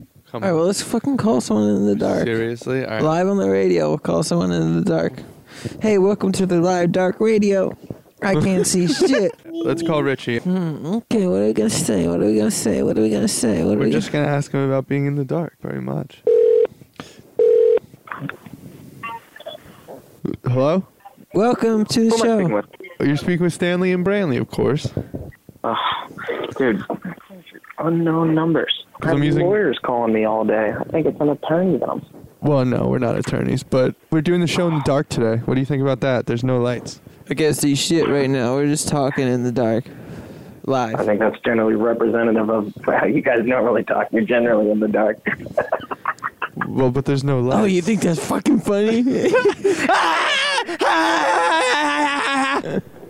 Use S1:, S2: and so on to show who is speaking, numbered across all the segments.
S1: Come
S2: All right,
S1: on.
S2: well, let's fucking call someone in the dark.
S1: Seriously? All right.
S2: Live on the radio, we'll call someone in the dark. Hey, welcome to the live dark radio. I can't see shit. Mm,
S1: Let's call Richie.
S2: Okay, hmm, what are we gonna say? What are we gonna say? What are we gonna say? What are
S1: We're
S2: we
S1: just gonna ask him about being in the dark, very much. Hello?
S2: gonna... Welcome to the
S3: Who am I speaking
S2: show.
S3: with?
S1: Oh, You're speaking with Stanley and Branley, of course.
S3: Oh, dude, unknown numbers. I have
S1: I'm using-
S3: lawyers calling me all day. I think it's an attorney that I'm.
S1: Well, no, we're not attorneys, but we're doing the show in the dark today. What do you think about that? There's no lights.
S2: I can't see shit right now. We're just talking in the dark.
S3: I
S2: Live.
S3: think that's generally representative of how you guys don't really talk. You're generally in the dark.
S1: Well, but there's no lights.
S2: Oh, you think that's fucking funny?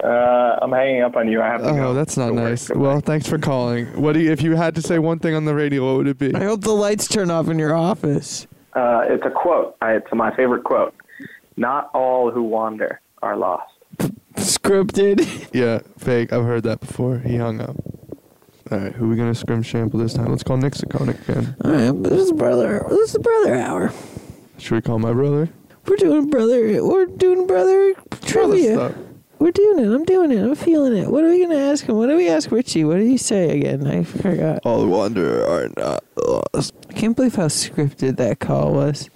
S3: Uh, I'm hanging up on you. I have to go.
S1: Oh, that's not
S3: Don't worry.
S1: nice.
S3: Goodbye.
S1: Well, thanks for calling. What do you, if you had to say one thing on the radio? What would it be?
S2: I hope the lights turn off in your office.
S3: Uh, it's a quote. I, it's my favorite quote. Not all who wander are lost.
S2: Scripted.
S1: Yeah, fake. I've heard that before. He hung up. All right, who we gonna scrim shamble this time? Let's call Nick Siconic again.
S2: All right, this is brother. This is brother hour.
S1: Should we call my brother?
S2: We're doing brother. We're doing brother trivia.
S1: Let's stop.
S2: We're doing it. I'm doing it. I'm feeling it. What are we gonna ask him? What do we ask Richie? What did he say again? I forgot.
S1: All wander are not lost.
S2: I can't believe how scripted that call was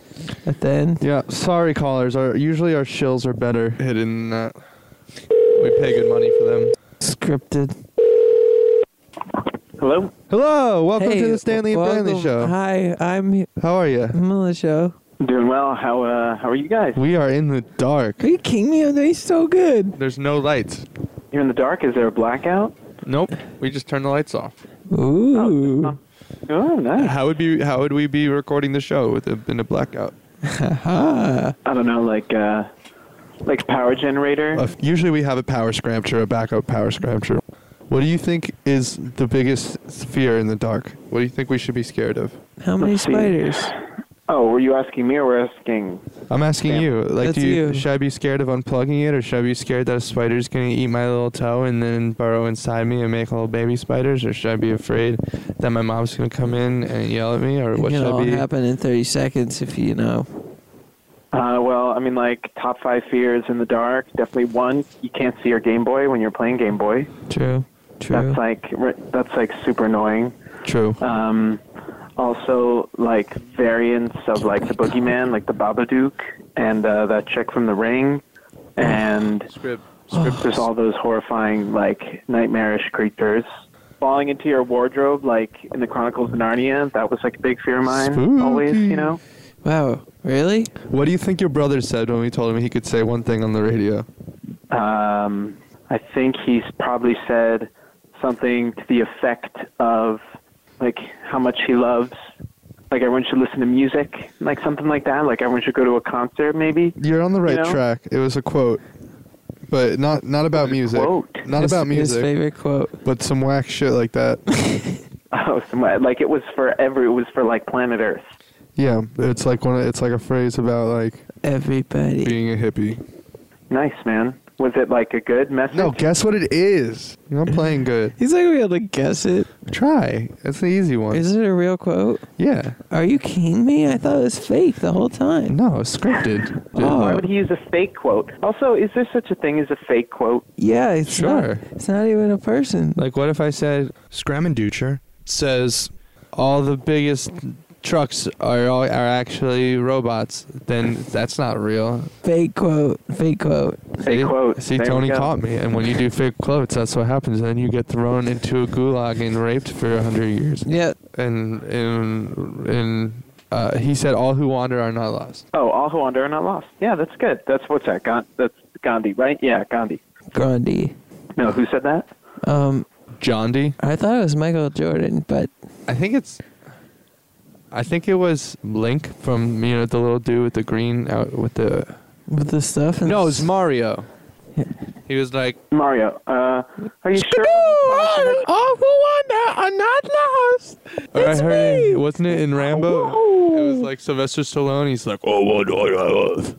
S2: at the end.
S1: Yeah, sorry, callers. Our usually our shills are better hidden. That. We pay good money for them.
S2: Scripted.
S3: Hello?
S1: Hello, welcome
S2: Hey,
S1: to the Stanley and
S2: welcome. Uh-huh.
S1: Branley Show.
S2: Hi, I'm
S1: How are you?
S2: I'm on the show.
S3: Doing well. How uh, how are you guys?
S1: We are in the dark.
S2: Are you kidding me? I'm doing so good.
S1: There's no lights.
S3: You're in the dark. Is there a blackout?
S1: Nope. We just turn the lights off.
S2: Ooh.
S3: Oh, nice.
S1: How would be how would we be recording the show with a, in a blackout?
S2: Haha.
S3: I don't know, like uh, like power generator.
S1: Uh, usually we have a power scrapture, a backup power scrapture. What do you think is the biggest fear in the dark? What do you think we should be scared of?
S2: How many
S3: Let's see.
S2: spiders?
S3: Oh, were you asking me or were you asking?
S1: I'm asking
S3: Damn.
S1: you. Like,
S2: That's
S1: do you,
S2: you.
S1: should I be scared of unplugging it, or should I be scared that a spider's gonna eat my little toe and then burrow inside me and make little baby spiders, or should I be afraid that my mom's gonna come in and yell at me, or
S2: It
S1: what
S2: can
S1: should
S2: all
S1: I be?
S2: happen in 30 seconds if you know.
S3: Uh, well, I mean, like top five fears in the dark. Definitely one, you can't see your Game Boy when you're playing Game Boy.
S1: True,
S2: True.
S3: That's like re- that's like super annoying.
S1: true.
S3: Um, also, like variants of like the Boogeyman, like the Babadook, and uh, that chick from The Ring, and
S1: Script.
S3: there's all those horrifying like nightmarish creatures. Falling into your wardrobe, like in the Chronicles of Narnia, that was like a big fear of mine. Always,
S1: Spooky.
S3: you know.
S2: Wow. Really?
S1: What do you think your brother said when we told him he could say one thing on the radio?
S3: Um, I think he's probably said something to the effect of like how much he loves, like everyone should listen to music, like something like that. Like everyone should go to a concert, maybe.
S1: You're on the right
S3: know?
S1: track. It was a quote, but not not about music.
S3: quote.
S1: Not
S2: His-
S1: about
S2: His
S1: music,
S2: favorite quote.
S1: but some whack shit like that.
S3: Oh, some- like it was for every. It was for like planet Earth.
S1: yeah, it's like one. Of, it's like a phrase about like
S2: Everybody.
S1: being a hippie.
S3: Nice man. Was it like a good message?
S1: No, guess what it is. I'm playing good.
S2: He's not gonna be able to guess it.
S1: Try. That's the easy one.
S2: Is it a real quote?
S1: yeah.
S2: Are you kidding me? I thought it was fake the whole time.
S1: No, it's scripted.
S2: Oh.
S3: Why would he use a fake quote? Also, is there such a thing as a fake quote?
S2: Yeah, it's
S1: Sure.
S2: Not, it's not even a person.
S1: Like, what if I said Scramanducher says all the biggest trucks are all, are actually robots? Then that's not real.
S2: Fake quote. Fake quote.
S3: Fake
S1: See?
S3: quote.
S1: See,
S3: There we
S1: Tony
S3: go.
S1: caught me. And when you do fake quotes, that's what happens. Then you get thrown into a gulag and raped for a hundred years.
S2: Yeah.
S1: And and and uh, he said, "All who wander are not lost."
S3: Oh, all who wander are not lost. Yeah, that's good. That's what's that? Gan- that's Gandhi, right? Yeah, Gandhi.
S2: Grundy.
S3: No, who said that?
S2: Um,
S1: John D.
S2: I thought it was Michael Jordan, but
S1: I think it's. I think it was Link from you know the little dude with the green out with the.
S2: with the stuff. And
S1: No, it's Mario. He was like,
S3: Mario, uh, are you sure?
S2: all who wander are not lost.
S1: or I
S2: It's
S1: heard
S2: me.
S1: it- wasn't it in Rambo? It was like Sylvester Stallone. He's like, oh, what do I love?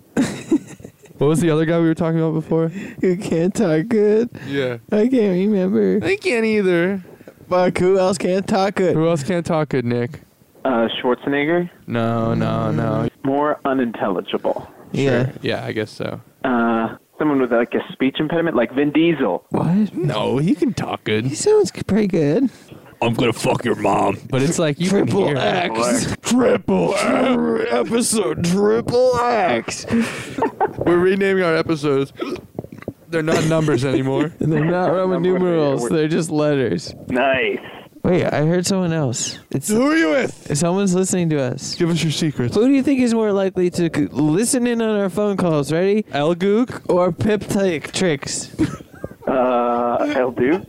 S1: what was the other guy we were talking about before?
S2: Who can't talk good?
S1: Yeah,
S2: I can't remember.
S1: I can't either.
S2: Fuck, who else can't talk good?
S1: Who else can't talk good, Nick?
S3: Uh, Schwarzenegger,
S1: No, no, no.
S3: more unintelligible.
S2: Yeah.
S1: Sure. Yeah, I guess so.
S3: Uh, someone with like a speech impediment, like Vin Diesel.
S2: What?
S1: No, he can talk
S2: He
S1: good,
S2: sounds pretty good.
S4: I'm gonna fuck your mom.
S1: but it's like you can
S2: Triple
S1: hear it.
S2: X.
S4: Triple X episode.
S2: Triple X.
S1: We're renaming our episodes. They're not numbers anymore.
S2: They're not Roman
S3: Number-
S2: numerals. They're just letters.
S3: Nice.
S2: Wait, I heard someone else. It's
S1: Who are you with?
S2: someone's listening to us.
S1: Give us your secrets.
S2: Who do you think is more likely to c- listen in on our phone calls? Ready?
S1: El Gook?
S2: Or peptic tricks?
S3: Uh, El Duke.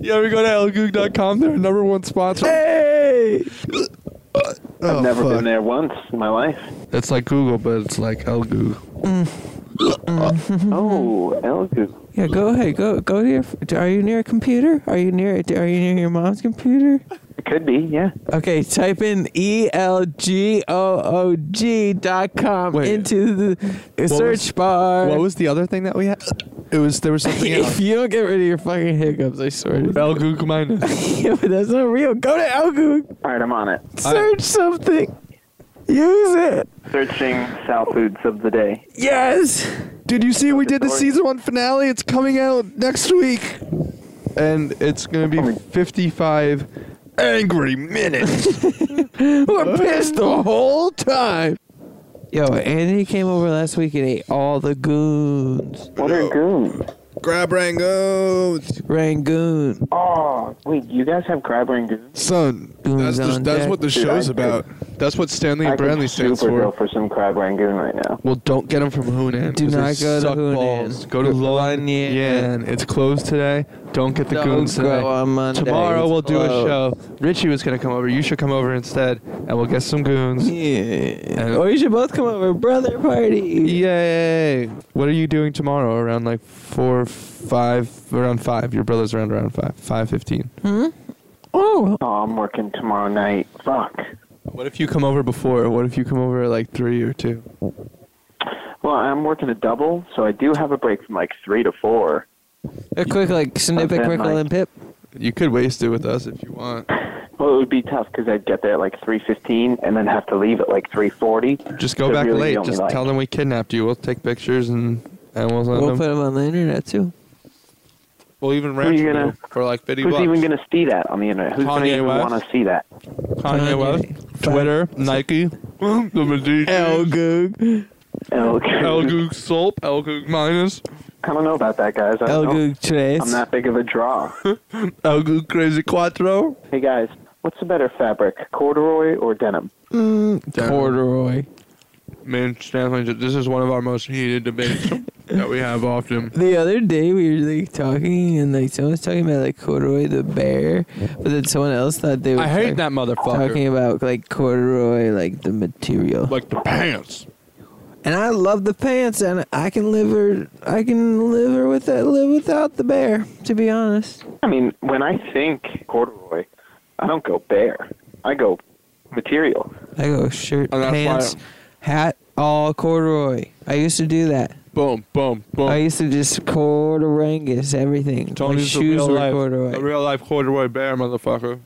S1: You ever go to elgook.com? They're our number one sponsor.
S2: Hey!
S1: Eh, Oh,
S3: I've never
S1: fuck.
S3: been there once in my life.
S1: It's like Google, but it's like El Gook. Mm-hmm.
S3: Oh, El Duke.
S2: Yeah, go ahead. Go go to your. f- Are you near a computer? Are you near? Are you near your mom's computer?
S3: It could be, yeah.
S2: Okay, type in E L G O O G dot com
S1: Wait.
S2: into the search
S1: was-
S2: bar.
S1: What was the other thing that we had? It was there was something
S2: if
S1: else.
S2: you don't get rid of your fucking hiccups, I swear. to
S1: El Gook minus.
S2: yeah, but that's not real. Go to Algoog,
S3: All right, I'm on it.
S2: search something, use it.
S3: Searching Sal Foods of the day.
S2: Yes.
S1: Did you see we did the
S3: Sorry.
S1: season one finale? It's coming out next week, and it's gonna be fifty-five angry minutes.
S3: Uh.
S2: We're pissed the whole time. Yo, Andy came over last week and ate all the goons.
S3: What are goons?
S1: Grab Rangoons,
S2: Rangoon.
S3: Oh, wait, you guys have crab rangoons?
S1: son. That's
S2: Goons
S1: the,
S2: on
S1: that's
S2: deck.
S1: what the
S3: Dude,
S1: show's
S3: I-
S1: about. That's what Stanley and Bradley stands
S3: super go
S1: for.
S3: for some crab rangoon right now.
S1: Well, don't get them from Hunan.
S2: Do
S1: 'cause
S2: not
S1: they
S2: go to
S1: suck
S2: Hunan.
S1: balls. Go to
S2: Go
S1: Luan
S2: on Yan.
S1: Yan. It's closed today. Don't get the
S2: Don't
S1: goons
S2: go
S1: today.
S2: on Monday.
S1: Tomorrow
S2: It's
S1: we'll do a
S2: closed.
S1: show. Richie was gonna come over. You should come over instead, and we'll get some goons.
S2: Yeah. Or oh, you should both come over, brother party.
S1: Yay! What are you doing tomorrow? Around like four, five, around five. Your brother's around around five, five fifteen.
S2: Oh,
S3: Oh, I'm working tomorrow night. Fuck.
S1: What if you come over before? What if you come over at like three or two?
S3: Well, I'm working a double, so I do have a break from like three to four.
S2: a quick like snip it,
S3: Okay,
S2: crickle,
S3: Mike.
S2: and pip.
S1: You could waste it with us if you want.
S3: Well, it would be tough because I'd get there at like three fifteen and then have to leave at like three forty.
S1: Just go
S3: They're
S1: back
S3: really the
S1: late.
S3: only
S1: Just
S3: like.
S1: tell them we kidnapped you. We'll take pictures and and we'll send
S2: We'll
S1: them.
S2: put them on the internet too.
S1: we'll even
S3: are
S1: rent
S3: you
S1: you
S3: gonna-
S1: for like fifty
S3: Who's
S1: bucks.
S3: even gonna see that on the internet? Who's gonna
S1: Kanye
S3: even
S1: West?
S3: want to see that?
S1: Kanye West, Twitter, Nike, the Medici,
S2: El Goog.
S3: Okay.
S1: Elgoog Soap, Elgoog Minus,
S3: I don't know about that, guys. I
S2: El
S3: don't know.
S2: Goog Trace.
S3: Uh, I'm that big of a draw.
S1: Elgoog Crazy Quattro.
S3: hey guys, what's the better fabric, corduroy or denim?
S2: Corduroy.
S1: Man, Stanley, this is one of our most heated debates that we have often.
S2: The other day we were like talking and like someone was talking about like corduroy the bear, but then someone else thought they were
S1: I hate
S2: talk-
S1: that motherfucker.
S2: talking about like corduroy like the material.
S1: Like the pants.
S2: and I love the pants and I can live her I can live her with that live without the bear, to be honest.
S3: I mean, when I think corduroy, I don't go bare. I go material.
S2: I go shirt,
S1: And that's why-
S2: pants, hat, all corduroy. I used to do that.
S1: Boom, boom, boom.
S2: I used to just cordurangus everything. My
S1: Tony's
S2: shoes
S1: a real
S2: were
S1: life,
S2: corduroy.
S1: a real life corduroy bear, motherfucker.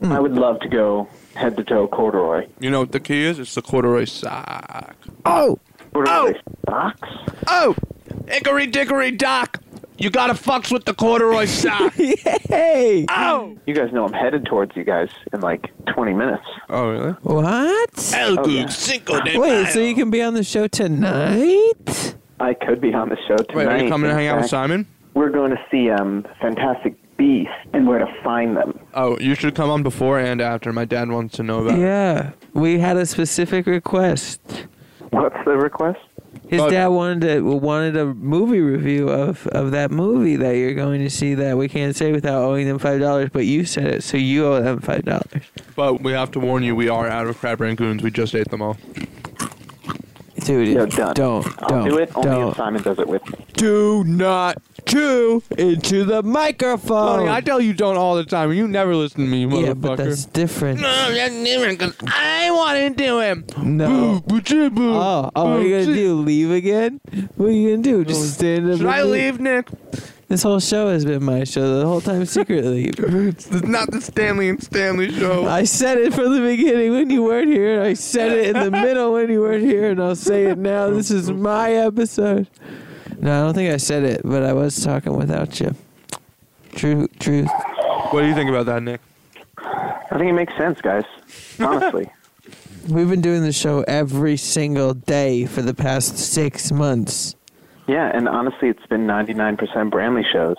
S1: Hmm.
S3: I would love to go head to toe corduroy.
S1: You know what the key is? It's the corduroy sock.
S2: oh,
S3: Corduroy socks?
S1: Oh, Hickory Dickory Dock. You gotta fucks with the corduroy sock.
S2: yay!
S1: Ow!
S3: You guys know I'm headed towards you guys in like 20 minutes.
S1: Oh, really?
S2: What?
S1: Oh,
S3: yeah.
S4: Elgoog Cinco de
S2: Wait, so you can be on the show tonight?
S3: I could be on the show
S1: Wait,
S3: tonight.
S1: are you coming to
S3: in
S1: hang out with
S3: fact.
S1: Simon?
S3: We're going to see um, Fantastic Beasts and where to find them.
S1: Oh, you should come on before and after. My dad wants to know about it.
S2: Yeah, we had a specific request.
S3: What's the request?
S2: His
S1: Oh.
S2: dad wanted to, wanted a movie review of, of that movie that you're going to see that we can't say without owing them five dollars. But you said it, so you owe them five dollars.
S1: But we have to warn you, we are out of crab rangoons. We just ate them all.
S2: Dude,
S3: Yo, done.
S2: don't, don't,
S3: I'll do it only if
S2: don't.
S3: Simon does it with me.
S1: Do not
S2: Chew into the microphone.
S1: Tony, I tell you don't all the time, and you never listen to me, you
S2: Oh. yeah, but that's
S1: motherfucker.
S2: different.
S1: I want to do him.
S2: No.
S1: Boo, boo, boo,
S2: Oh, oh, what are you gonna do? Leave again? What are you gonna do? Just stand up.
S1: Should
S2: and
S1: I leave, Nick?
S2: This whole show has been my show the whole time secretly.
S1: It's not the Stanley and Stanley show.
S2: I said it from the beginning when you weren't here. I said it in the middle when you weren't here, and I'll say it now. This is my episode. No, I don't think I said it, but I was talking without you. True, truth.
S1: what do you think about that, Nick?
S3: I think it makes sense, guys. Honestly.
S2: We've been doing the show every single day for the past six months.
S3: yeah, and honestly, it's been 99% Brantley shows.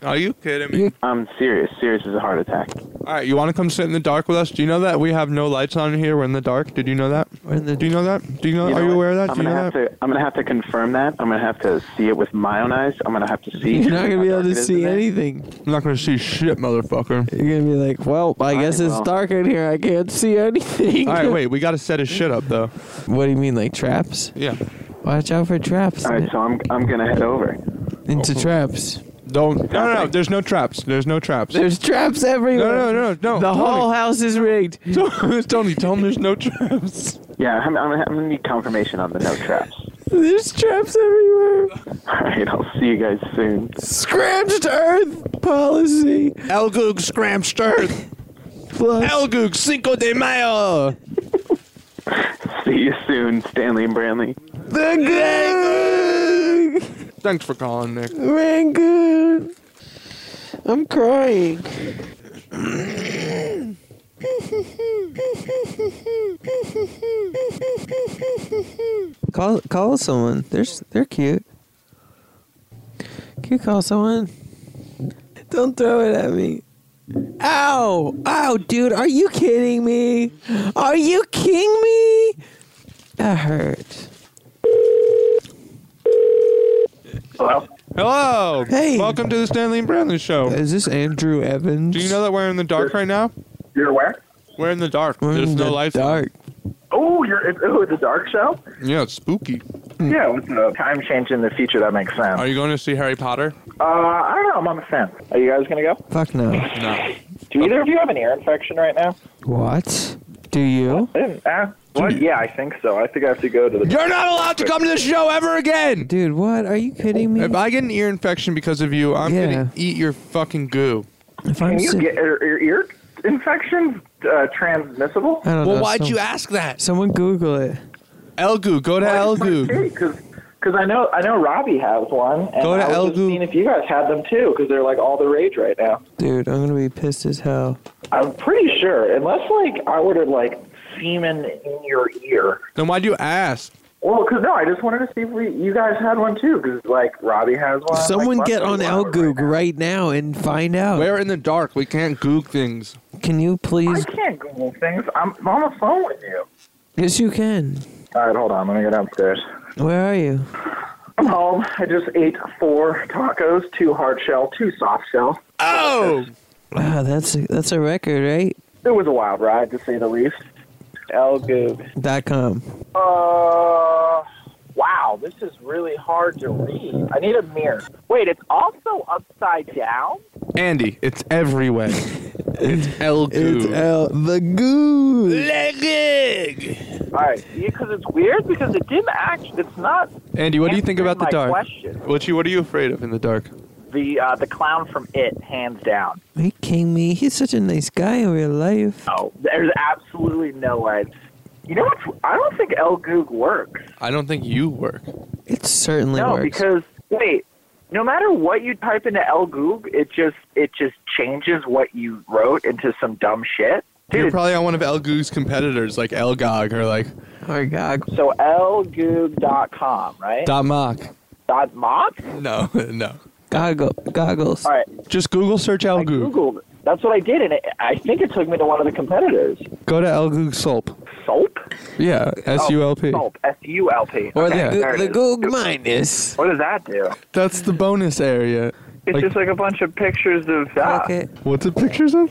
S1: Are you kidding me?
S3: I'm serious. Serious as a heart attack.
S1: All right, you want to come sit in the dark with us? Do you know that we have no lights on here? We're in the dark. Did you know that?
S2: We're in the-
S1: Do you know that? Do you know?
S3: You know
S1: are you
S3: what?
S1: aware of that?
S3: I'm
S1: Do you
S3: gonna
S1: know
S3: have
S1: that?
S3: to. I'm gonna have to confirm that. I'm gonna have to see it with my own eyes. I'm gonna have to see.
S2: You're not gonna be
S3: how
S2: able
S3: dark
S2: to
S3: it is
S2: see
S3: in there.
S2: anything.
S1: I'm not gonna see shit, motherfucker.
S2: You're gonna be like, well, I guess it's
S3: well.
S2: dark in here. I can't see anything.
S1: All right, wait. We gotta set his shit up though.
S2: What do you mean, like traps?
S1: Yeah.
S2: Watch out for traps.
S3: All right, so I'm I'm gonna head over.
S2: Into traps.
S1: Don't. No, no, no. There's no traps. There's no traps.
S2: There's traps everywhere.
S1: No, no, no, no,
S2: The
S1: Tony.
S2: whole house is rigged.
S1: Tony, tell him there's no traps.
S3: Yeah, I'm, I'm, I'm gonna need confirmation on the no traps.
S2: There's traps everywhere.
S3: All right, I'll see you guys soon.
S2: Scratched Earth policy.
S1: Elgoog Scramster.
S2: Plus,
S1: Elgoog Cinco de Mayo.
S3: See you soon, Stanley and Branley.
S2: the gang.
S1: Thanks for calling, Nick.
S2: Rangoon. I'm crying. Call call someone. They're s- they're cute. Can you call someone? Don't throw it at me. Ow! Ow, dude, are you kidding me? Are you kidding me? That hurt.
S3: Hello.
S1: Hello.
S2: Hey.
S1: Welcome to the Stanley and Brantley Show.
S2: Is this Andrew Evans?
S1: Do you know that we're in the dark right now?
S5: You're where?
S1: We're in the dark.
S2: We're
S1: There's
S2: in
S1: no
S2: the
S1: lights. on.
S2: dark.
S5: Oh, you're it's, oh, the dark show.
S1: Yeah, it's spooky.
S5: Yeah, with the time change in the future, that makes sense.
S1: Are you going to see Harry Potter?
S5: uh, I don't know. I'm on the fence. Are you guys gonna go?
S2: Fuck no.
S1: No.
S5: Do either of you have an ear infection right now?
S2: What? Do you?
S5: I didn't. Ah, what? Yeah, I think so. I think I have to go to the.
S1: You're not allowed to come to this show ever again.
S2: Dude, what? Are you kidding me?
S1: If I get an ear infection because of you, I'm
S2: Yeah.
S1: gonna eat your fucking goo.
S2: If
S5: Can
S2: I'm
S5: you
S2: si-
S5: get are, are ear infections uh, transmissible?
S2: I don't know.
S1: Well, why'd
S2: some-
S1: you ask that?
S2: Someone Google it.
S1: Elgoo, go to Elgoo.
S5: Because I know I know Robbie has one, and
S1: Go to
S5: I was just
S1: Elgu.
S5: seeing if you guys had them too, because they're like all the rage right now.
S2: Dude, I'm gonna be pissed as hell.
S5: I'm pretty sure, unless like I were to like semen in your ear.
S1: Then why'd you ask?
S5: Well, because no, I just wanted to see if we, you guys had one too, because like Robbie has one. like,
S2: Someone
S5: Buster
S2: get on
S5: has one
S2: Elgoog
S5: right
S2: right now and find out.
S1: We're in the dark. We can't goog things.
S2: Can you
S5: now.
S2: please?
S5: I can't Google things. I'm, I'm on the phone with you.
S2: Yes, you can.
S5: All right, hold on. Let me get upstairs.
S2: Where are you?
S5: I'm home. I just ate four tacos, two hard shell, two soft shell.
S1: Oh!
S2: Wow, that's a, that's a record, right?
S5: It was a wild ride, to say the least. Elgoog.
S2: Dot com.
S5: Uh, wow, this is really hard to read. I need a mirror. Wait, it's also upside down.
S1: Andy, it's everywhere. it's Elgoo.
S2: L the goo.
S5: All right, because it's weird because it didn't act. It's not.
S1: Andy, what do you think
S5: answering
S1: about the
S5: my
S1: dark?
S5: Question.
S1: What you? What are you afraid of in the dark?
S5: The uh, the clown from It, hands down.
S2: Are you kidding me? He's such a nice guy in real life.
S5: No, there's absolutely no way. You know what? I don't think El Goog works.
S1: I don't think you work.
S2: It certainly
S5: no,
S2: works.
S5: because wait, no matter what you type into El Goog, it just it just changes what you wrote into some dumb shit.
S1: You're
S5: Dude,
S1: probably on one of Elgoo's competitors, like Elgog or like
S2: Our God.
S5: so elgoog.com, right?
S1: Dot Mock.
S5: Dot mock?
S1: No, no.
S2: Goggle, goggles.
S5: All right,
S1: Just Google search
S5: I
S1: Elgoo.
S5: googled. it. That's what I did, and it, I think it took me to one of the competitors.
S1: Go to Elgoog Sulp.
S5: Soap?
S1: Yeah, S U L P.
S5: Soap. S U L P.
S2: Or
S5: okay,
S2: the,
S5: there
S2: Goog-
S5: it
S2: the
S5: is.
S2: Goog minus.
S5: What does that do?
S1: That's the bonus area.
S5: It's
S1: Like-
S5: just like a bunch of pictures of uh,
S2: Okay,
S1: What's it pictures of?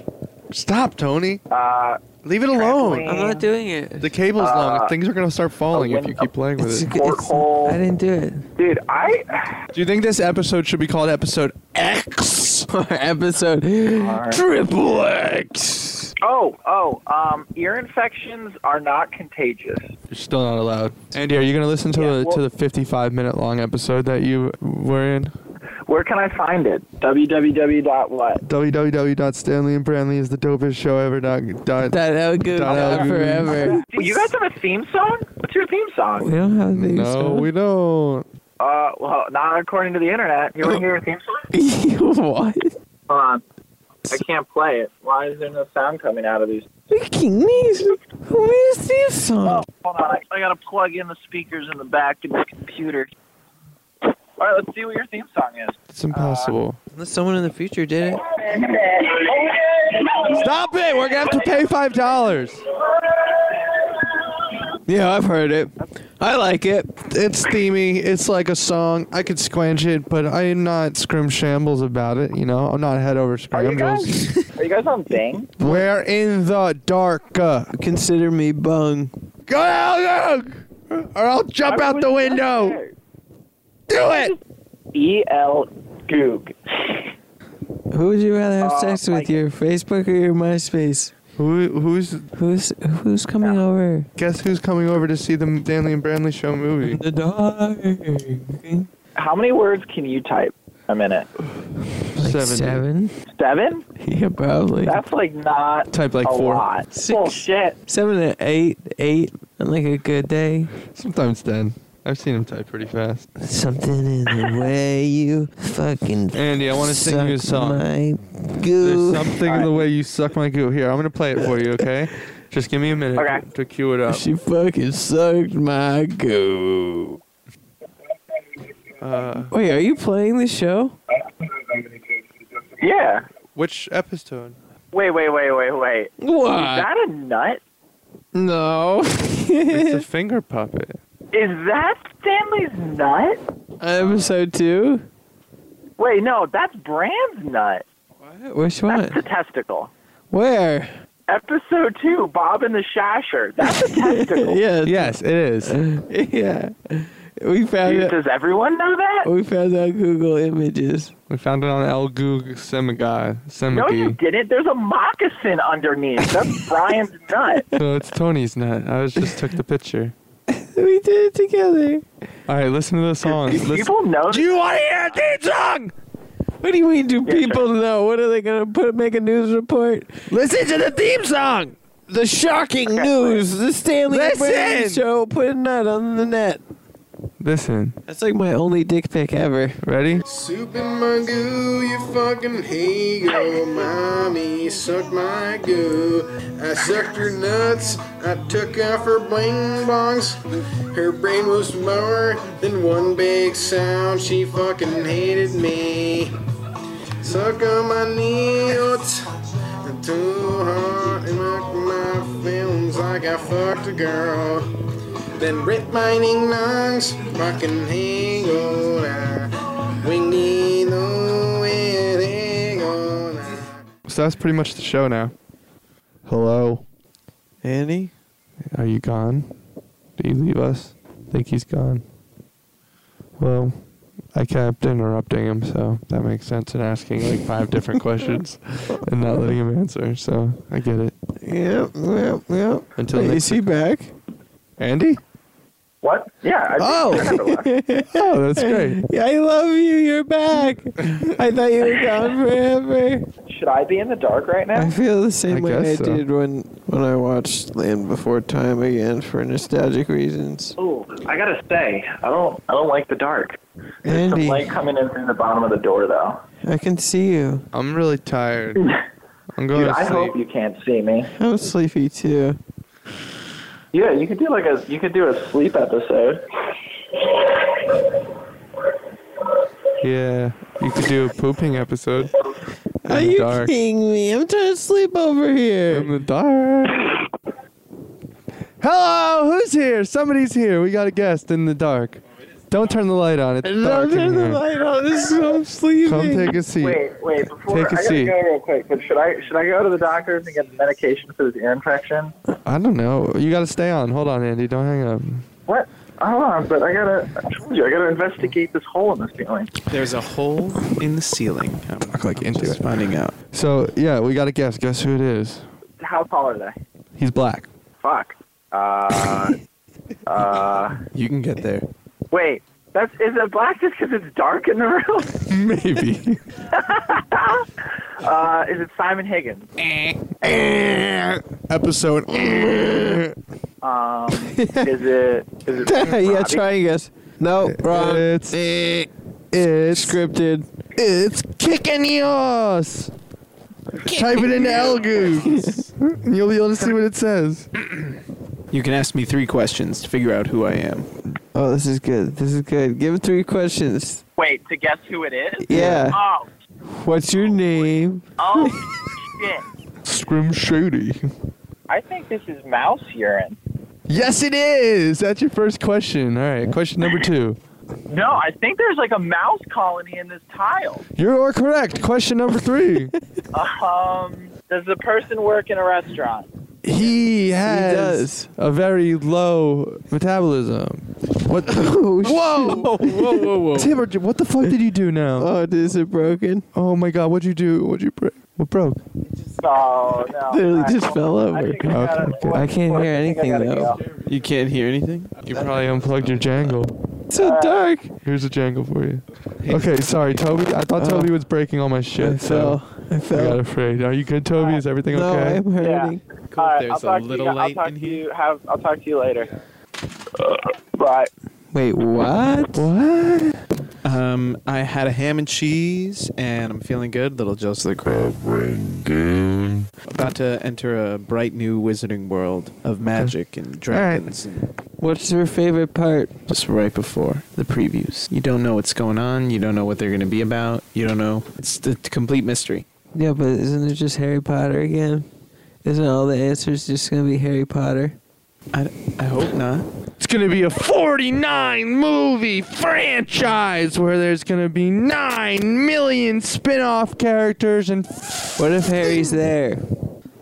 S1: Stop, Tony.
S5: uh,
S1: Leave it alone.
S5: Trampoline.
S2: I'm not doing it.
S1: The cable's long.
S5: Uh,
S1: Things are gonna start falling if you keep playing with
S2: It's,
S1: it.
S2: it's,
S5: Porthole.
S2: I didn't do it.
S5: dude. I
S1: Do you think this episode should be called episode X?
S2: episode
S1: Triple X.
S5: oh oh um ear infections are not contagious.
S1: You're still not allowed. Andy, are you gonna listen to
S5: Yeah,
S1: the
S5: well-
S1: to the 55 minute long episode that you were in?
S5: Where can I find it? www.what?
S1: www.stanleyandbranley is the dopest show ever. Dot, dot,
S2: That that would go
S1: That
S2: down
S1: would go-
S2: forever.
S5: Do you guys have a theme song? What's your theme
S2: We
S5: song?
S2: don't have these.
S1: no, we don't.
S5: Uh, well, not according to the internet. You want to hear a theme song?
S2: what?
S5: Hold on. I can't play it. Why is there no sound coming out of these?
S2: Making these? Who is this song?
S5: Hold on. I gotta plug in the speakers in the back of the computer. All right, let's see what your theme song is.
S1: It's impossible.
S2: Unless someone in the future did it.
S1: Stop it! We're gonna have to pay five dollars.
S2: Yeah, I've heard it. I like it.
S1: It's steamy. It's like a song. I could squanch it, but I'm not scrim shambles about it. You know, I'm not head over
S5: Are you
S1: scrambles.
S5: guys? Are you guys on Bing?
S1: We're in the dark. uh,
S2: Consider me bung.
S1: Go out, uh, or I'll jump out the window. Do it.
S5: E L Goog.
S2: Who would you rather have
S5: Uh,
S2: sex
S5: like-
S2: with, your Facebook or your MySpace?
S1: Who, who's?
S2: Who's who's coming over?
S1: Guess who's coming over to see the Stanley and Branley show movie?
S2: The dog.
S5: How many words can you type a minute?
S2: Like
S1: Seven.
S2: seven.
S5: Seven?
S2: Yeah, probably.
S5: That's like not
S1: Type like
S5: a
S1: four.
S5: lot.
S2: Six.
S5: Bullshit.
S2: Seven to eight, eight on like a good day.
S1: Sometimes ten. I've seen him type pretty fast.
S2: Something in the way you fucking.
S1: Andy, I want to sing
S2: suck
S1: you a song.
S2: My
S1: There's
S2: goo.
S1: something in the way you suck my goo. Here, I'm gonna play it for you. Okay. Just give me a minute
S5: Okay.
S1: to cue it up.
S2: She fucking sucked my goo.
S1: Uh,
S2: Wait, are you playing the show?
S5: Yeah.
S1: which episode?
S5: Wait, wait, wait, wait, wait. Is
S2: What?
S1: Uh,
S5: that a nut?
S2: No.
S1: It's a finger puppet.
S5: Is that Stanley's nut?
S2: Episode two.
S5: Wait, no, that's Brand's nut.
S2: Which
S5: That's the
S2: one?
S5: testicle.
S2: Where?
S5: Episode two, Bob and the Shasher. That's a testicle.
S2: Yeah.
S1: Yes, it is.
S2: yeah. We found
S5: Dude,
S2: it.
S5: does everyone know that?
S2: We found out Google Images.
S1: We found it on El Goog Semagai.
S5: No, you
S1: Semagi.
S5: didn't. There's a moccasin underneath. That's Brian's nut.
S1: No, it's Tony's nut. I was just took the picture.
S2: We did it together.
S1: All right, listen to the song.
S5: Do
S1: Listen.
S5: people know
S1: Do you want to hear a theme song?
S2: What do you mean? Do
S5: Yeah,
S2: people know? What are they gonna put? Make a news report?
S1: Listen to the theme song.
S2: The shocking news. The Stanley and Brandon
S1: Listen!
S2: show put a nut on the net.
S1: Listen.
S2: That's like my only dick pic ever.
S1: Ready?
S6: Soup in my goo, you fucking hego. Mommy sucked my goo. I sucked her nuts, I took off her bling bongs. Her brain was more than one big sound. She fucking hated me. Suck on my nuts. Too hard and make my feelings like I fucked a girl. Then rip mining nuns, fucking hang on. ah. We need no end, hang on. ah.
S1: So that's pretty much the show now. Hello.
S2: Andy,
S1: Are you gone? Did you leave us? I think he's gone. Well, I kept interrupting him, so that makes sense. And asking like five different questions and not letting him answer. So I get it.
S2: Yep, yep, yep.
S1: Until
S2: Wait,
S1: next
S2: is he back?
S1: Andy?
S5: what? Yeah. I
S1: Ah.
S2: Oh.
S5: I never left.
S1: Oh, that's great.
S2: I love you. You're back. I thought you were gone forever.
S5: Should I be in the dark right
S2: I
S5: now?
S2: feel the same
S1: I
S2: way I
S1: guess so.
S2: did when when I watched Land Before Time again for nostalgic reasons.
S5: Ooh, I gotta say, I don't, I don't like the dark. There's some
S2: Andy,
S5: light coming in through the bottom of the door, though.
S2: I can see you.
S1: I'm really tired. I'm going
S5: Dude,
S1: to
S5: I
S1: sleep.
S5: hope you can't see me.
S2: I'm sleepy too.
S5: Yeah, you could do like a, you could do a sleep episode.
S1: Yeah, you could do a pooping episode
S2: Are
S1: the
S2: you
S1: dark.
S2: kidding me? I'm trying to sleep over
S1: in
S2: here.
S1: the dark. Hello, who's here? Somebody's here. We got a guest in the dark. Don't turn the light on. It's dark
S2: Don't
S1: in
S2: turn the
S1: here.
S2: light on. This is I'm sleeping.
S1: Come take a seat.
S5: Wait, wait, before
S1: Take a
S5: I gotta
S1: seat.
S5: go real quick. But should I, should I go to the doctors and get the medication for this ear infection?
S1: I don't know. You gotta stay on. Hold on, Andy. Don't hang up.
S5: What? Hold on, but I gotta, I told you, I gotta investigate this hole in the ceiling.
S7: There's a hole in the ceiling. I'm
S1: like into
S7: just finding out.
S1: So yeah, we got a guest. Guess who it is?
S5: How tall are they?
S1: He's black.
S5: Fuck. Uh, uh,
S7: You can get there.
S5: wait,
S7: uh, That's is it black just because it's dark in the room?
S1: Maybe.
S7: Uh, is it Simon Higgins? Eh.
S8: Episode.
S7: Um, is it? Is it
S2: yeah,
S7: Robbie?
S2: try and guess. No, wrong.
S1: it's it's
S2: Scripted.
S1: it's kicking us. Type it into Elgoos. and You'll be able to see what it says.
S3: You can ask me three questions to figure out who I am.
S2: Oh, this is good. This is good. Give it three questions.
S7: Wait to guess who it is.
S2: Yeah.
S7: Oh,
S2: What's your name?
S7: oh, shit!
S1: Scrim Shady.
S7: I think this is mouse urine.
S1: Yes, it is. That's your first question. All right, question number two.
S7: No, I think there's like a mouse colony in this tile.
S1: You are correct. Question number three.
S7: Um, does the person work in a restaurant?
S1: he has
S2: does.
S1: a very low metabolism. What?
S2: Oh, sh-
S1: Whoa!
S3: Whoa, whoa, whoa.
S1: Tim, or- what the fuck did you do now?
S2: oh, is it broken?
S1: Oh my god, what'd you do? What'd you break? What broke?
S7: Oh no!
S2: Literally
S7: I-
S2: just fell
S7: I,
S2: over.
S7: think I, gotta,
S1: Okay, okay.
S7: what-
S2: I can't
S7: what-
S2: hear
S7: I think I
S2: anything,
S7: gotta
S2: though.
S7: go.
S3: You can't hear anything?
S1: You probably unplugged your jangle.
S2: It's so
S7: Uh,
S2: dark.
S1: Here's a jangle for you. Okay, sorry, Toby. I thought
S2: Oh.
S1: Toby was breaking all my
S2: I
S1: shit, so
S2: fell. I
S1: I got
S2: fell.
S1: afraid. Are you good, Toby? Is everything
S2: No,
S1: okay?
S2: I'm hurting.
S7: All right,
S3: There's
S7: I'll
S3: a
S7: talk
S3: little
S7: to you,
S3: light
S7: I'll talk
S3: in
S7: to
S3: here.
S7: you. Have I'll talk to you later. Uh, Bye.
S2: Wait, what?
S1: What?
S3: Um, I had a ham and cheese, and I'm feeling good. Little Joe's like about to enter a bright new wizarding world of magic and dragons. And
S2: What's your favorite part?
S3: just right before the previews, you don't know what's going on. You don't know what they're going to be about. You don't know. It's the complete mystery.
S2: Yeah, but isn't it just Harry Potter again? Isn't all the answers just gonna be Harry Potter?
S3: I, I hope not.
S1: It's gonna be a 49 movie franchise where there's gonna be nine million spin-off characters and
S2: What if Harry's there?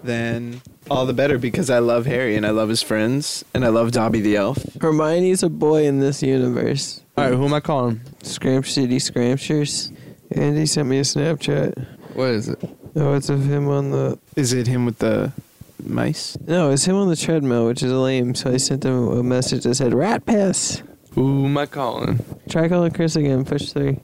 S3: Then all the better because I love Harry and I love his friends and I love Dobby the elf.
S2: Hermione's a boy in this universe.
S1: All right, who am I calling?
S2: Scramp City Scramptures. Andy sent me a Snapchat.
S1: What is it?
S2: Oh, it's of him on the
S3: Is it him with the mice?
S2: no, it's him on the treadmill, which is lame. So I sent him a message that said "rat piss."
S1: Who am I calling?
S2: Try calling Chris again. Push three.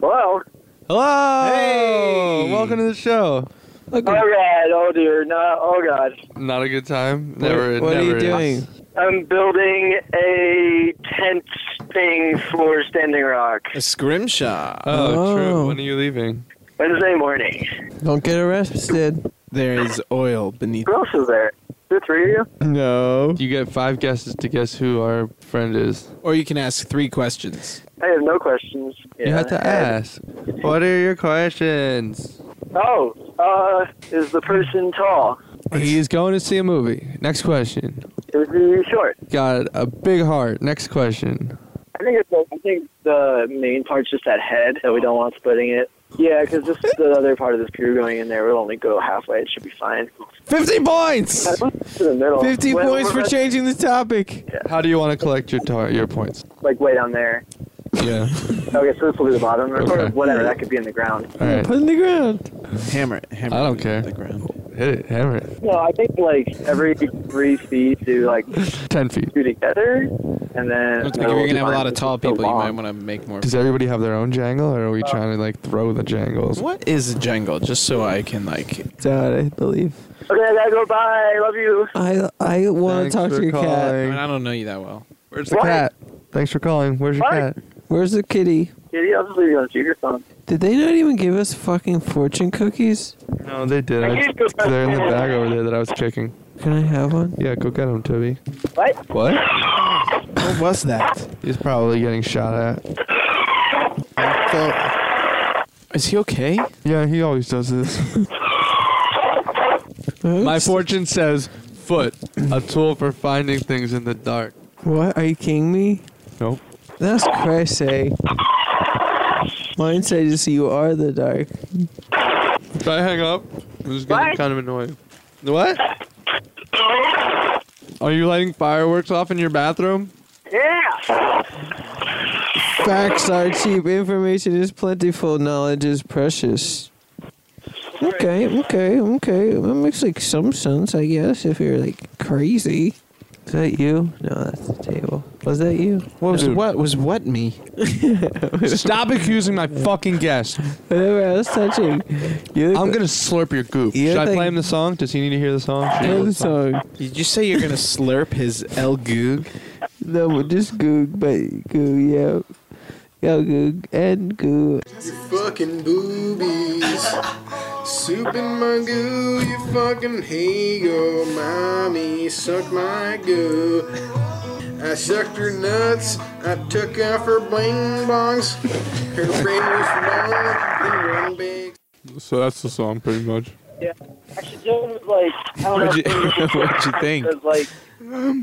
S7: Hello.
S1: Hello. Welcome to the show.
S2: Look,
S7: Oh god. Oh dear. No. Oh god.
S1: Not a good time.
S2: what,
S1: Never.
S2: what
S1: never
S2: are you
S1: is.
S2: doing?
S7: I'm building a tent thing for Standing Rock
S3: A scrimshaw.
S1: Oh,
S2: Oh.
S1: true. When are you leaving?
S7: Wednesday morning.
S2: Don't get arrested.
S3: There is oil beneath.
S7: Who else is there? The three of you?
S3: No.
S1: You get five guesses to guess who our friend is.
S3: Or you can ask three questions.
S7: I have no questions.
S1: You have to ask. What are your questions?
S7: Oh, uh, is the person tall?
S1: He's going to see a movie. Next question.
S7: Is he short?
S1: Got a big heart. Next question.
S7: I think it's. I think the main part's just that head that we don't want splitting it. Yeah, because this the other part of this pier going in there will only go halfway. It should be fine.
S1: 50 points!
S7: To the middle.
S2: 15
S7: Way-
S2: points for changing the topic.
S1: How do you want to collect your tar- your points?
S7: Like way down there.
S1: Yeah.
S7: Okay, so this will be the bottom or sort
S1: Okay.
S7: of whatever. That could be in the ground.
S1: All right.
S2: Put in the ground.
S3: Hammer it. Hammer
S1: I don't
S3: it
S1: care.
S3: into The ground.
S1: Hit it. Hammer it.
S7: No, I think like every three feet to like
S1: 10 feet.
S7: two together, and then.
S3: Looks like you're gonna have a lot of tall people. You might
S7: want.
S3: want to make more.
S1: Does everybody have their own jangle, or are
S7: Uh,
S1: we trying to like throw the jangles?
S3: What is a jangle? Just so I can like.
S2: Dad, I believe.
S7: Okay, I gotta go. Bye. Love you.
S2: I I want
S1: Thanks
S2: to talk
S1: for
S2: to your cat.
S3: I,
S1: calling.
S3: mean, I don't know you that well.
S1: Where's the
S7: What?
S1: cat? Thanks for calling. Where's your
S7: What?
S1: cat?
S2: Where's the kitty?
S7: Kitty, I'll just leave you on your phone.
S2: Did they not even give us fucking fortune cookies?
S1: No, they did.
S7: I
S1: I
S7: need to go
S1: they're in the
S7: back.
S1: bag over there that I was kicking.
S2: Can I have one?
S1: Yeah, go get him, Toby.
S7: What?
S1: What?
S3: What was that?
S1: He's probably getting shot at.
S3: Is he okay?
S1: Yeah, he always does this. My fortune says foot, a tool for finding things in the dark.
S2: What? Are you kidding me?
S1: Nope.
S2: That's Christ's sake. Mine said just you are the dark.
S1: Should I hang up? This is getting
S7: What?
S1: kind of annoying. What? Are you lighting fireworks off in your bathroom?
S7: Yeah.
S2: Facts are cheap. Information is plentiful. Knowledge is precious. Okay, okay, okay. That makes like some sense, I guess, if you're like crazy. Is that you? No, that's the table. Was that you?
S7: What was
S1: Dude.
S7: what was what me?
S1: Stop accusing my fucking guest.
S2: Whatever I was touching. You look
S1: I'm
S2: like-
S1: gonna slurp your goop.
S2: You
S1: Should I
S2: think-
S1: play him the song? Does he need to hear the song? Should I
S2: play
S1: play
S2: the song.
S7: Did you say you're gonna slurp his El Goog?
S2: No, well, just goog, but goo, yeah. Yo, goog, and goo.
S6: Your fucking boobies. Souping my goo, you fucking hago. Mommy, suck my goo. I sucked her nuts, I took off her bling bongs. Her brain was long in one big.
S1: So that's the song, pretty much.
S5: Actually, Dylan was like, I don't know.
S7: What'd you, what'd you think?
S5: Because like,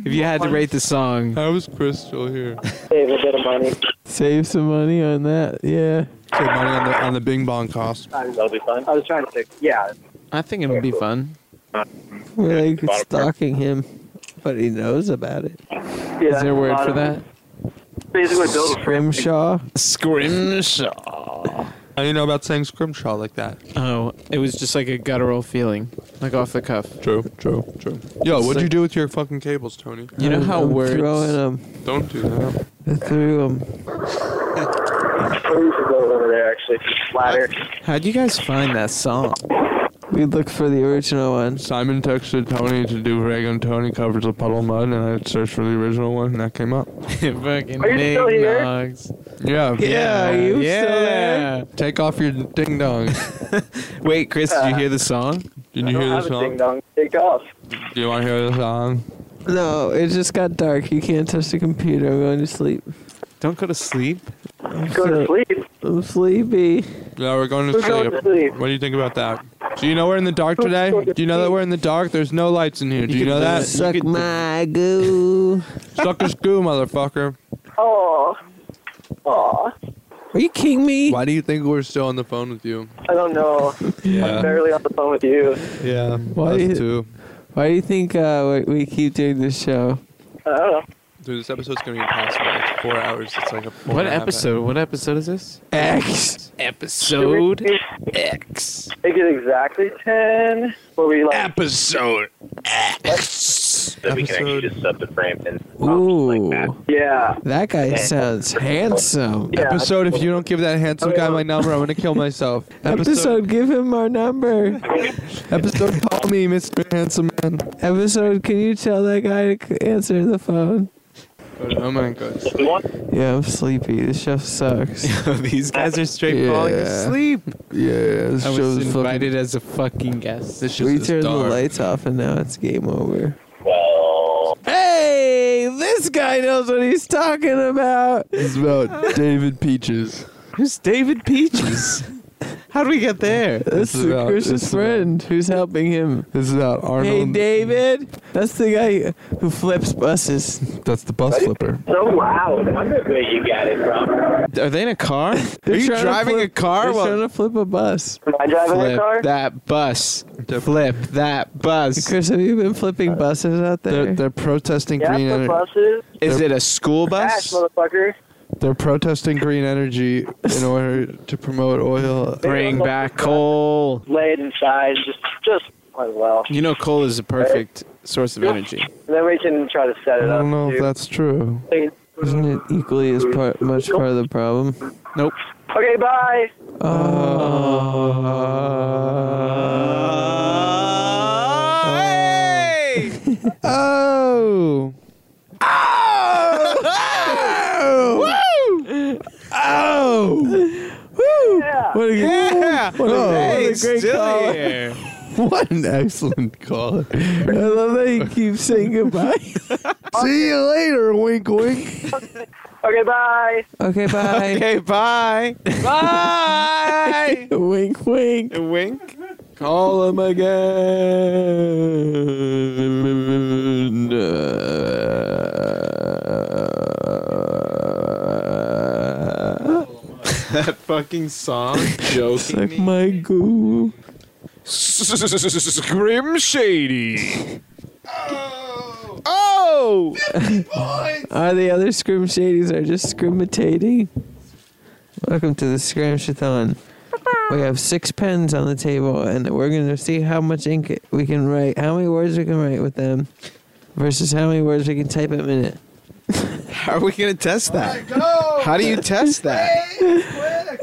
S7: If you had to rate the song,
S1: How is Chris still here? Put
S5: save a bit of money.
S2: Save some money on that, yeah.
S1: money on the on the Bing Bong cost.
S5: That'll be fun. I was trying to think. Yeah,
S7: I think it'll be fun.
S2: We're like stalking him, but he knows about it.
S5: yeah. um,
S7: Is there a word for that?
S5: Basically, what Bill.
S2: Grimshaw.
S7: Scrimshaw.
S1: How do you know about saying scrimshaw like that?
S7: Oh, it was just like a guttural feeling, like off the cuff.
S1: True, true, true. Yo, what'd you do with your fucking cables, Tony?
S7: You know how
S2: I'm
S7: words.
S2: Throwing them.
S1: Don't do that.
S2: I threw them.
S5: We should go over there actually. Ladder.
S7: How'd you guys find that song?
S2: We looked for the original one.
S1: Simon texted Tony to do Reg and Tony covers of Puddle of Mud, and I searched for the original one, and that came up.
S7: Fucking
S5: Are you still
S7: ding
S5: here?
S7: dongs.
S1: Yeah.
S2: Yeah, you still there?
S7: Yeah.
S1: Take off your ding dongs.
S7: Wait, Chris, did you hear the song?
S1: Did
S5: Uh, I
S1: you
S5: don't
S1: hear the
S5: have a ding
S1: song?
S5: dong. Take off.
S1: Do you want to hear the song?
S2: No, it just got dark. You can't touch the computer. I'm going to sleep.
S7: Don't go to sleep.
S5: Go to
S2: So-
S5: sleep.
S2: I'm sleepy.
S1: Yeah, we're going to
S5: We're going to
S1: sleep.
S5: sleep.
S1: What do you think about that? Do you know we're in the dark today? Do you know that we're in the dark? There's no lights in here. Do you know that?
S2: Suck my goo.
S1: Suck a goo, motherfucker.
S5: Oh. Oh.
S2: Are you kidding me?
S1: Why do you think we're still on the phone with you?
S5: I don't know.
S3: Uh.
S5: I'm
S1: Yeah.
S5: barely on the phone with you.
S1: Yeah.
S2: Why do you-
S1: Us too.
S2: Why do you think uh, we, we keep doing this show?
S5: I don't know.
S1: Dude, this episode's gonna be impossible. It's four hours. It's like a four
S7: What
S1: and a half hour.
S7: episode? What episode is this?
S2: X.
S7: Episode
S5: Make
S7: X.
S5: it exactly ten. Where we like
S4: Episode
S9: Then we can actually
S1: Episode-
S9: just sub the frame and
S2: Ooh,
S5: yeah.
S2: that guy sounds handsome.
S5: Yeah.
S1: Episode, if you don't give that handsome
S5: Okay,
S1: guy my
S5: well-
S1: number, I'm gonna kill myself.
S2: Episode, give him our number.
S1: Episode, call me, Mr. Handsome Man.
S2: Episode, can you tell that guy to c- answer the phone?
S1: Oh my god.
S2: Yeah, I'm sleepy. This show sucks.
S7: These guys are straight falling
S1: Yeah.
S7: asleep.
S1: Yeah, this
S7: I was
S1: show's
S7: invited
S1: fucking.
S7: as a fucking guest.
S1: This
S2: we
S1: show's
S2: turned the
S1: dark.
S2: lights off and now it's game over.
S9: well,
S2: Hey, this guy knows what he's talking about.
S1: It's about David Peaches.
S7: Who's David Peaches? How do we get there?
S2: This
S1: is
S2: is
S1: about- this
S2: Chris's
S1: is about-
S2: friend who's helping him.
S1: This is about
S2: Hey,
S1: Arnold.
S2: David. That's the guy who flips buses.
S1: That's the bus flipper.
S5: So loud.
S9: where you got it from?
S7: Are they in a car? Are
S2: They're
S7: you
S2: trying to
S7: driving
S2: flip-
S7: a car?
S2: They're
S7: while-
S2: trying to flip a bus.
S5: Am I driving a
S7: flip
S5: car?
S7: that bus. Flip that bus.
S2: Chris, have you been flipping buses out there?
S1: They're, they're protesting
S5: yeah,
S1: green
S5: the
S1: energy.
S5: buses.
S7: Is it a school
S5: Ash,
S7: bus?
S5: motherfucker.
S1: They're protesting green energy in order to promote oil.
S7: Bring back coal.
S5: Lay it inside. Just, just might as well.
S7: You know, coal is the perfect source of energy.
S5: And then we can try to set
S1: I
S5: it up.
S1: don't know if
S5: too.
S1: that's true.
S2: Isn't it equally as part, much part of the problem?
S7: Nope.
S5: Okay, bye.
S1: Oh!
S5: Yeah.
S1: What a,
S7: Yeah.
S1: Oh! what a,
S7: Hey,
S1: what a great
S7: still
S1: call.
S7: here.
S1: What an excellent call.
S2: I love that you keep saying goodbye.
S1: See you later, wink wink.
S5: Okay, bye.
S2: okay, bye.
S7: Okay, bye. Bye.
S2: Wink, wink.
S7: Wink.
S2: Call him again.
S7: That fucking song. Joking.
S2: Suck my goo.
S7: Scrim Shady. Oh!
S2: Are the other Scrim Shadies are just scrimitating? Welcome to the Scrimshathon. We have six pens on the table, and we're going to see how much ink we can write, how many words we can write with them. versus how many words we can type a minute.
S7: How are we gonna test that?
S6: Go!
S7: How do you test that?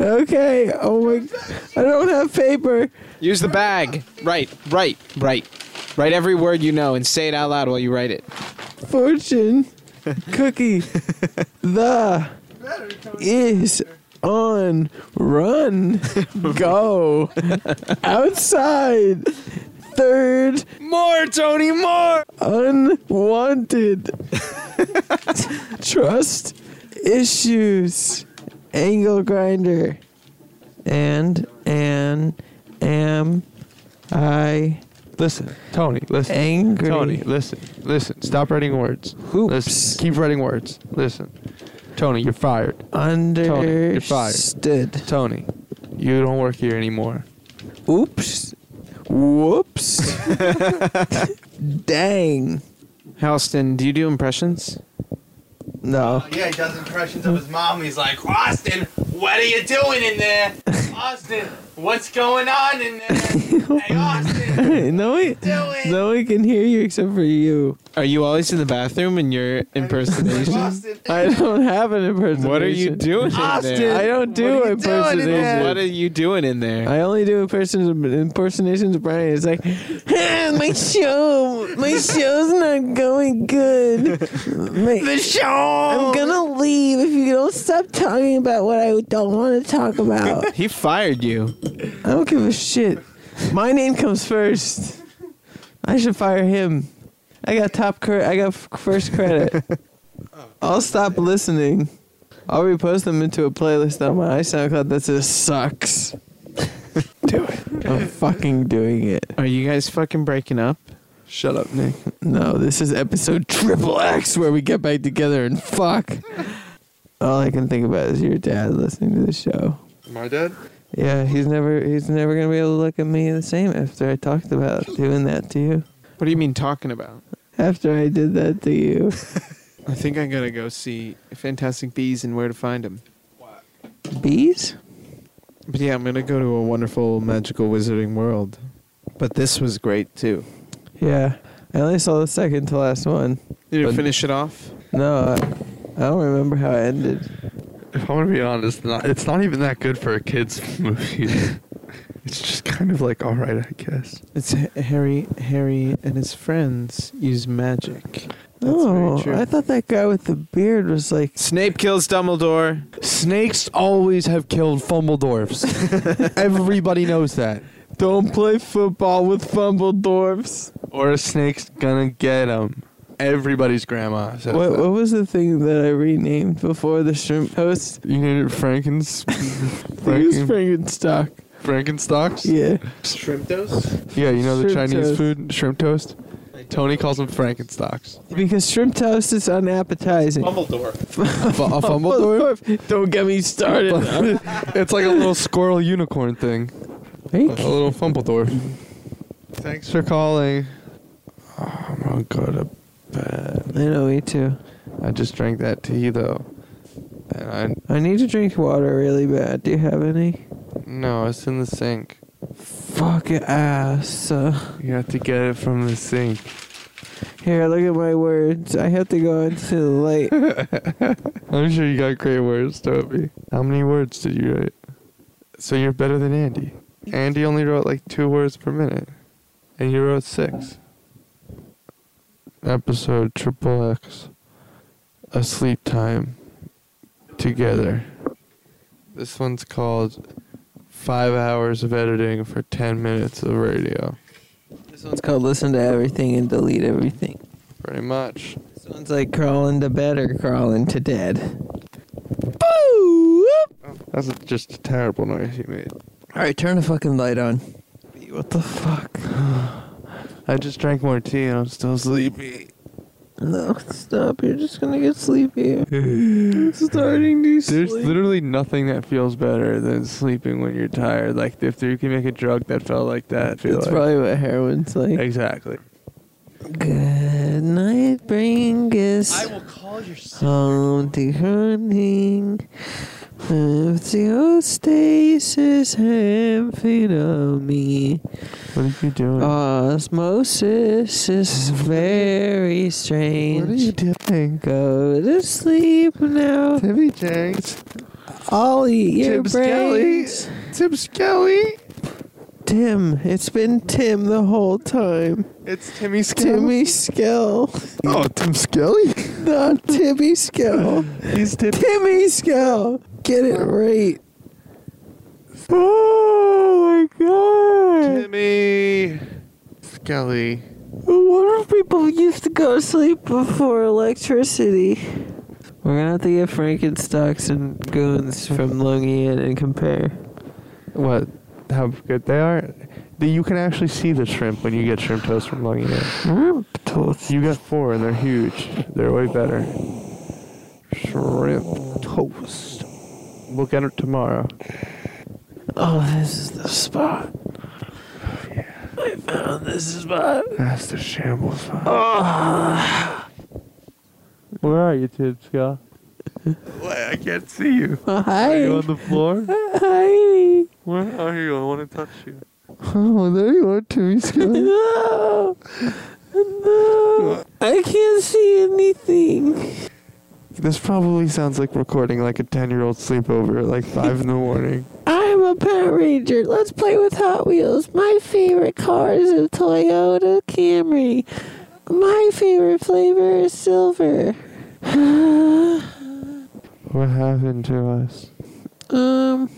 S2: Okay. Oh my. I don't have paper.
S7: Use the bag. Right, right, right. Write every word you know and say it out loud while you write it.
S2: Fortune cookie. the is on run. Go outside. Third.
S7: More, Tony, more!
S2: unwanted trust issues angle grinder and and am i
S1: Listen, Tony, listen.
S2: angry
S1: Tony, listen, listen. Stop writing words.
S2: hoops
S1: Listen, keep writing words. Listen. Tony, you're fired. Tony, you're fired.
S2: understood
S1: Tony, you don't work here anymore.
S2: oops whoops dang
S7: Halston, do you do impressions?
S2: no
S10: Yeah, he does impressions of his mom. He's like, Austin, what are you doing in there? Austin, what's going on in there? Hey, Austin,
S2: no one, no one can hear you except for you
S7: Are you always in the bathroom in your impersonation?
S10: Austin,
S2: i don't have an impersonation
S7: what are you doing in there?
S2: i don't do impersonations
S7: What are you doing in there?
S2: I only do imperson- impersonations of Brian. It's like, "Ah, my show, my show's not going good. the show. I'm gonna leave if you don't stop talking about what I don't want to talk about.
S7: He fired you.
S2: I don't give a shit. My name comes first. I should fire him. I got top credit. I got f- first credit. I'll stop listening. I'll repost them into a playlist on my iSoundCloud that says sucks. Do it. I'm fucking doing it.
S7: Are you guys fucking breaking up?
S1: Shut up, Nick.
S2: No, this is episode triple X where we get back together and fuck. All I can think about is your dad listening to the show.
S1: My dad?
S2: Yeah, he's never he's never gonna be able to look at me the same after I talked about doing that to you.
S7: What do you mean talking about?
S2: After I did that to you.
S7: I think I gotta go see Fantastic Bees and where to find them.
S2: Bees?
S7: But yeah, I'm gonna go to a wonderful magical wizarding world. But this was great too.
S2: Yeah. I only saw the second to last one.
S7: Did you
S1: But-
S7: finish it off?
S2: No, I, I don't remember how it ended.
S1: If I'm gonna be honest, not, it's not even that good for a kids movie. it's just kind of like, all right, I guess.
S7: It's Ha- Harry. Harry and his friends use magic. That's
S2: oh,
S7: very true.
S2: I thought that guy with the beard was like
S7: Snape kills Dumbledore.
S1: Snakes always have killed Fumbledorfs. Everybody knows that.
S2: Don't play football with Fumbledorfs.
S1: Or a snake's gonna get them. Everybody's grandma says
S2: What,
S1: that.
S2: what was the thing that I renamed before the shrimp host?
S1: You named it Franken's
S2: I think it was Frankenstock.
S1: Frankenstocks?
S2: Yeah.
S6: Shrimp toast?
S1: Yeah, you know the
S2: Shrimp
S1: Chinese
S2: toast.
S1: food, shrimp toast. Tony calls them Frankenstocks.
S2: Because shrimp toast is unappetizing.
S10: Dumbledore.
S1: A, fu- uh, a Fumbledore?
S2: Fumbledorf. Don't get me started.
S1: it's like a little squirrel unicorn thing. A
S2: Hey,
S1: little Fumbledore. Thanks for calling. Oh, I'm gonna go to bed.
S2: I know, me too.
S1: I just drank that tea though, and I
S2: I need to drink water really bad. Do you have any?
S1: no, it's in the sink.
S2: Fuck ass. Uh,
S1: You have to get it from the sink.
S2: here, look at my words. I have to go into the light.
S1: I'm sure you got great words, Toby. How many words did you write? So you're better than Andy. Andy only wrote like two words per minute, and you wrote six. Episode triple X. A sleep time. Together. This one's called Five Hours of Editing for 10 Minutes of Radio.
S2: this one's called Listen to Everything and Delete Everything.
S1: Pretty much.
S2: This one's like crawling to bed or crawling to dead. Boo!
S1: That's just a terrible noise you made.
S2: Alright, turn the fucking light on. What the fuck?
S1: I just drank more tea and I'm still sleepy.
S2: No, stop. You're just gonna get sleepy. It's starting to
S1: There's
S2: sleep.
S1: literally nothing that feels better than sleeping when you're tired. Like if you can make a drug that felt like that, I feel
S2: That's
S1: like.
S2: probably what heroin's like.
S1: exactly.
S2: Good night, bring us
S10: will call your
S2: home to hunting. Osteostasis amphinomy.
S1: What are you
S2: Uh,
S1: doing?
S2: Osmosis is very
S1: what are you
S2: strange.
S1: doing?
S2: Go to sleep now.
S1: Timmy Jenks.
S2: Ollie, your
S1: Tim Skelly.
S2: brains.
S1: Tim Skelly.
S2: Tim. It's been Tim the whole time.
S1: It's Timmy Skelly.
S2: Timmy Skell.
S1: Oh, Tim Skelly.
S2: Not Timmy Skell.
S1: He's Tim.
S2: Timmy Skell. Get it right.
S1: Oh my god. Timmy Skelly.
S2: I wonder if people used to go to sleep before electricity. We're gonna have to get Frankenstocks and goons from Lungian and compare.
S1: What? How good they are? The- You can actually see the shrimp when you get shrimp toast from Long Island. You got four and they're huge. They're way better. Shrimp toast. We'll get it tomorrow.
S2: Oh, this is the spot. I found this spot.
S1: That's the shambles. Where are you, Tim Scott? I can't see you. Are you
S2: Hi,
S1: on the floor?
S2: hi.
S1: Where are you? I want to touch you.
S2: Oh, there you are, Timmy Scott. no, no. I can't see anything.
S1: This probably sounds like recording like a 10 year old sleepover at like 5 in the morning.
S2: I'm a Power Ranger. Let's play with Hot Wheels. My favorite car is a Toyota Camry. My favorite flavor is silver.
S1: What happened to us?
S2: um,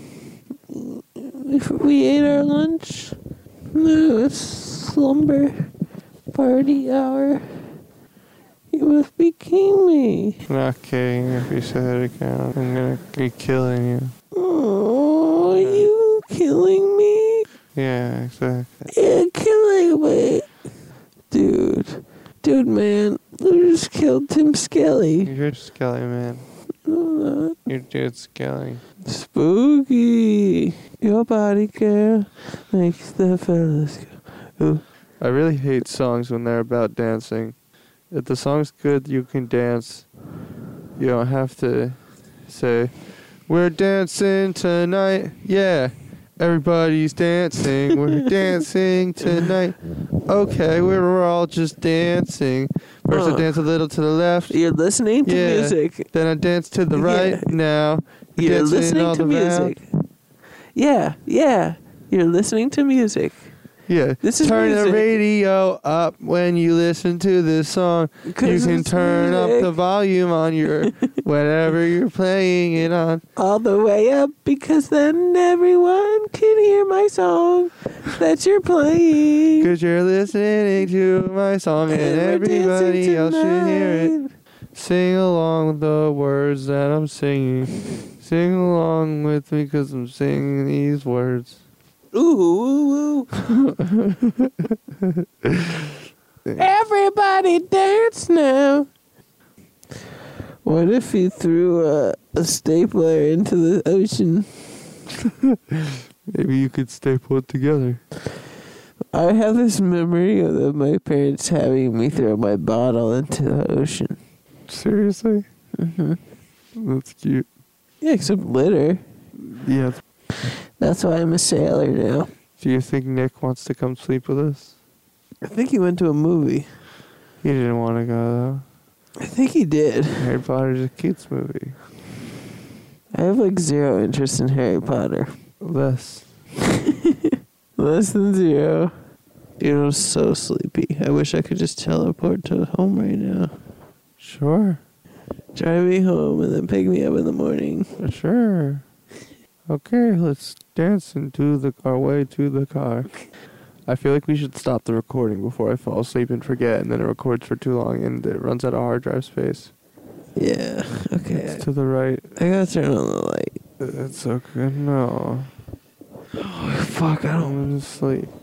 S2: if we ate our lunch. No, it's slumber party hour. You must be kidding me.
S1: Not kidding. If you say that again, I'm gonna be killing you.
S2: Oh, are you killing me?
S1: Yeah, exactly.
S2: Yeah, killing me. Dude. Dude, man. We just killed Tim Skelly.
S1: You're Skelly, man. You're dude Skelly.
S2: Spooky. Your body care makes the fellas go.
S1: I really hate songs when they're about dancing. If the song's good, you can dance. You don't have to say, We're dancing tonight. Yeah, everybody's dancing. We're dancing tonight. Okay, we were all just dancing. First, I
S2: Huh.
S1: dance a little to the left.
S2: You're listening to
S1: Yeah.
S2: music.
S1: Then I dance to the right
S2: Yeah.
S1: now.
S2: You're
S1: Dancing all
S2: listening to
S1: the round.
S2: music. Yeah, yeah. You're listening to music.
S1: Yeah.
S2: This is
S1: turn the
S2: music.
S1: radio up when you listen to this song. You
S2: 'Cause
S1: can
S2: it's
S1: turn up the
S2: music.
S1: volume on your whatever you're playing it on.
S2: all the way up because then everyone can hear my song that you're playing.
S1: Cause you're listening to my song and,
S2: we're dancing
S1: everybody else should hear it.
S2: tonight.
S1: Sing along with the words that I'm singing. Sing along with me cause I'm singing these words.
S2: Ooh, ooh, ooh. Everybody dance now. What if you threw a, a stapler into the ocean?
S1: Maybe you could staple it together.
S2: I have this memory of of my parents having me throw my bottle into the ocean.
S1: Seriously?
S2: Mm-hmm.
S1: That's cute.
S2: Yeah, except litter.
S1: Yeah.
S2: That's why I'm a sailor now.
S1: Do you think Nick wants to come sleep with us?
S2: I think he went to a movie.
S1: He didn't want to go
S2: I think he did.
S1: though. Harry Potter's a kids movie.
S2: I have like zero interest in Harry Potter.
S1: Less.
S2: Less than zero. Dude, I'm so sleepy. I wish I could just teleport to home right now.
S1: Sure.
S2: Drive me home and then pick me up in the morning.
S1: Sure. Okay, let's dance and do the our way to the car. I feel like we should stop the recording before I fall asleep and forget, and then it records for too long and it runs out of hard drive space.
S2: Yeah. Okay.
S1: It's to the right.
S2: I gotta turn on the light.
S1: That's so good. No.
S2: Fuck, I
S1: I'm
S2: don't.
S1: gonna sleep.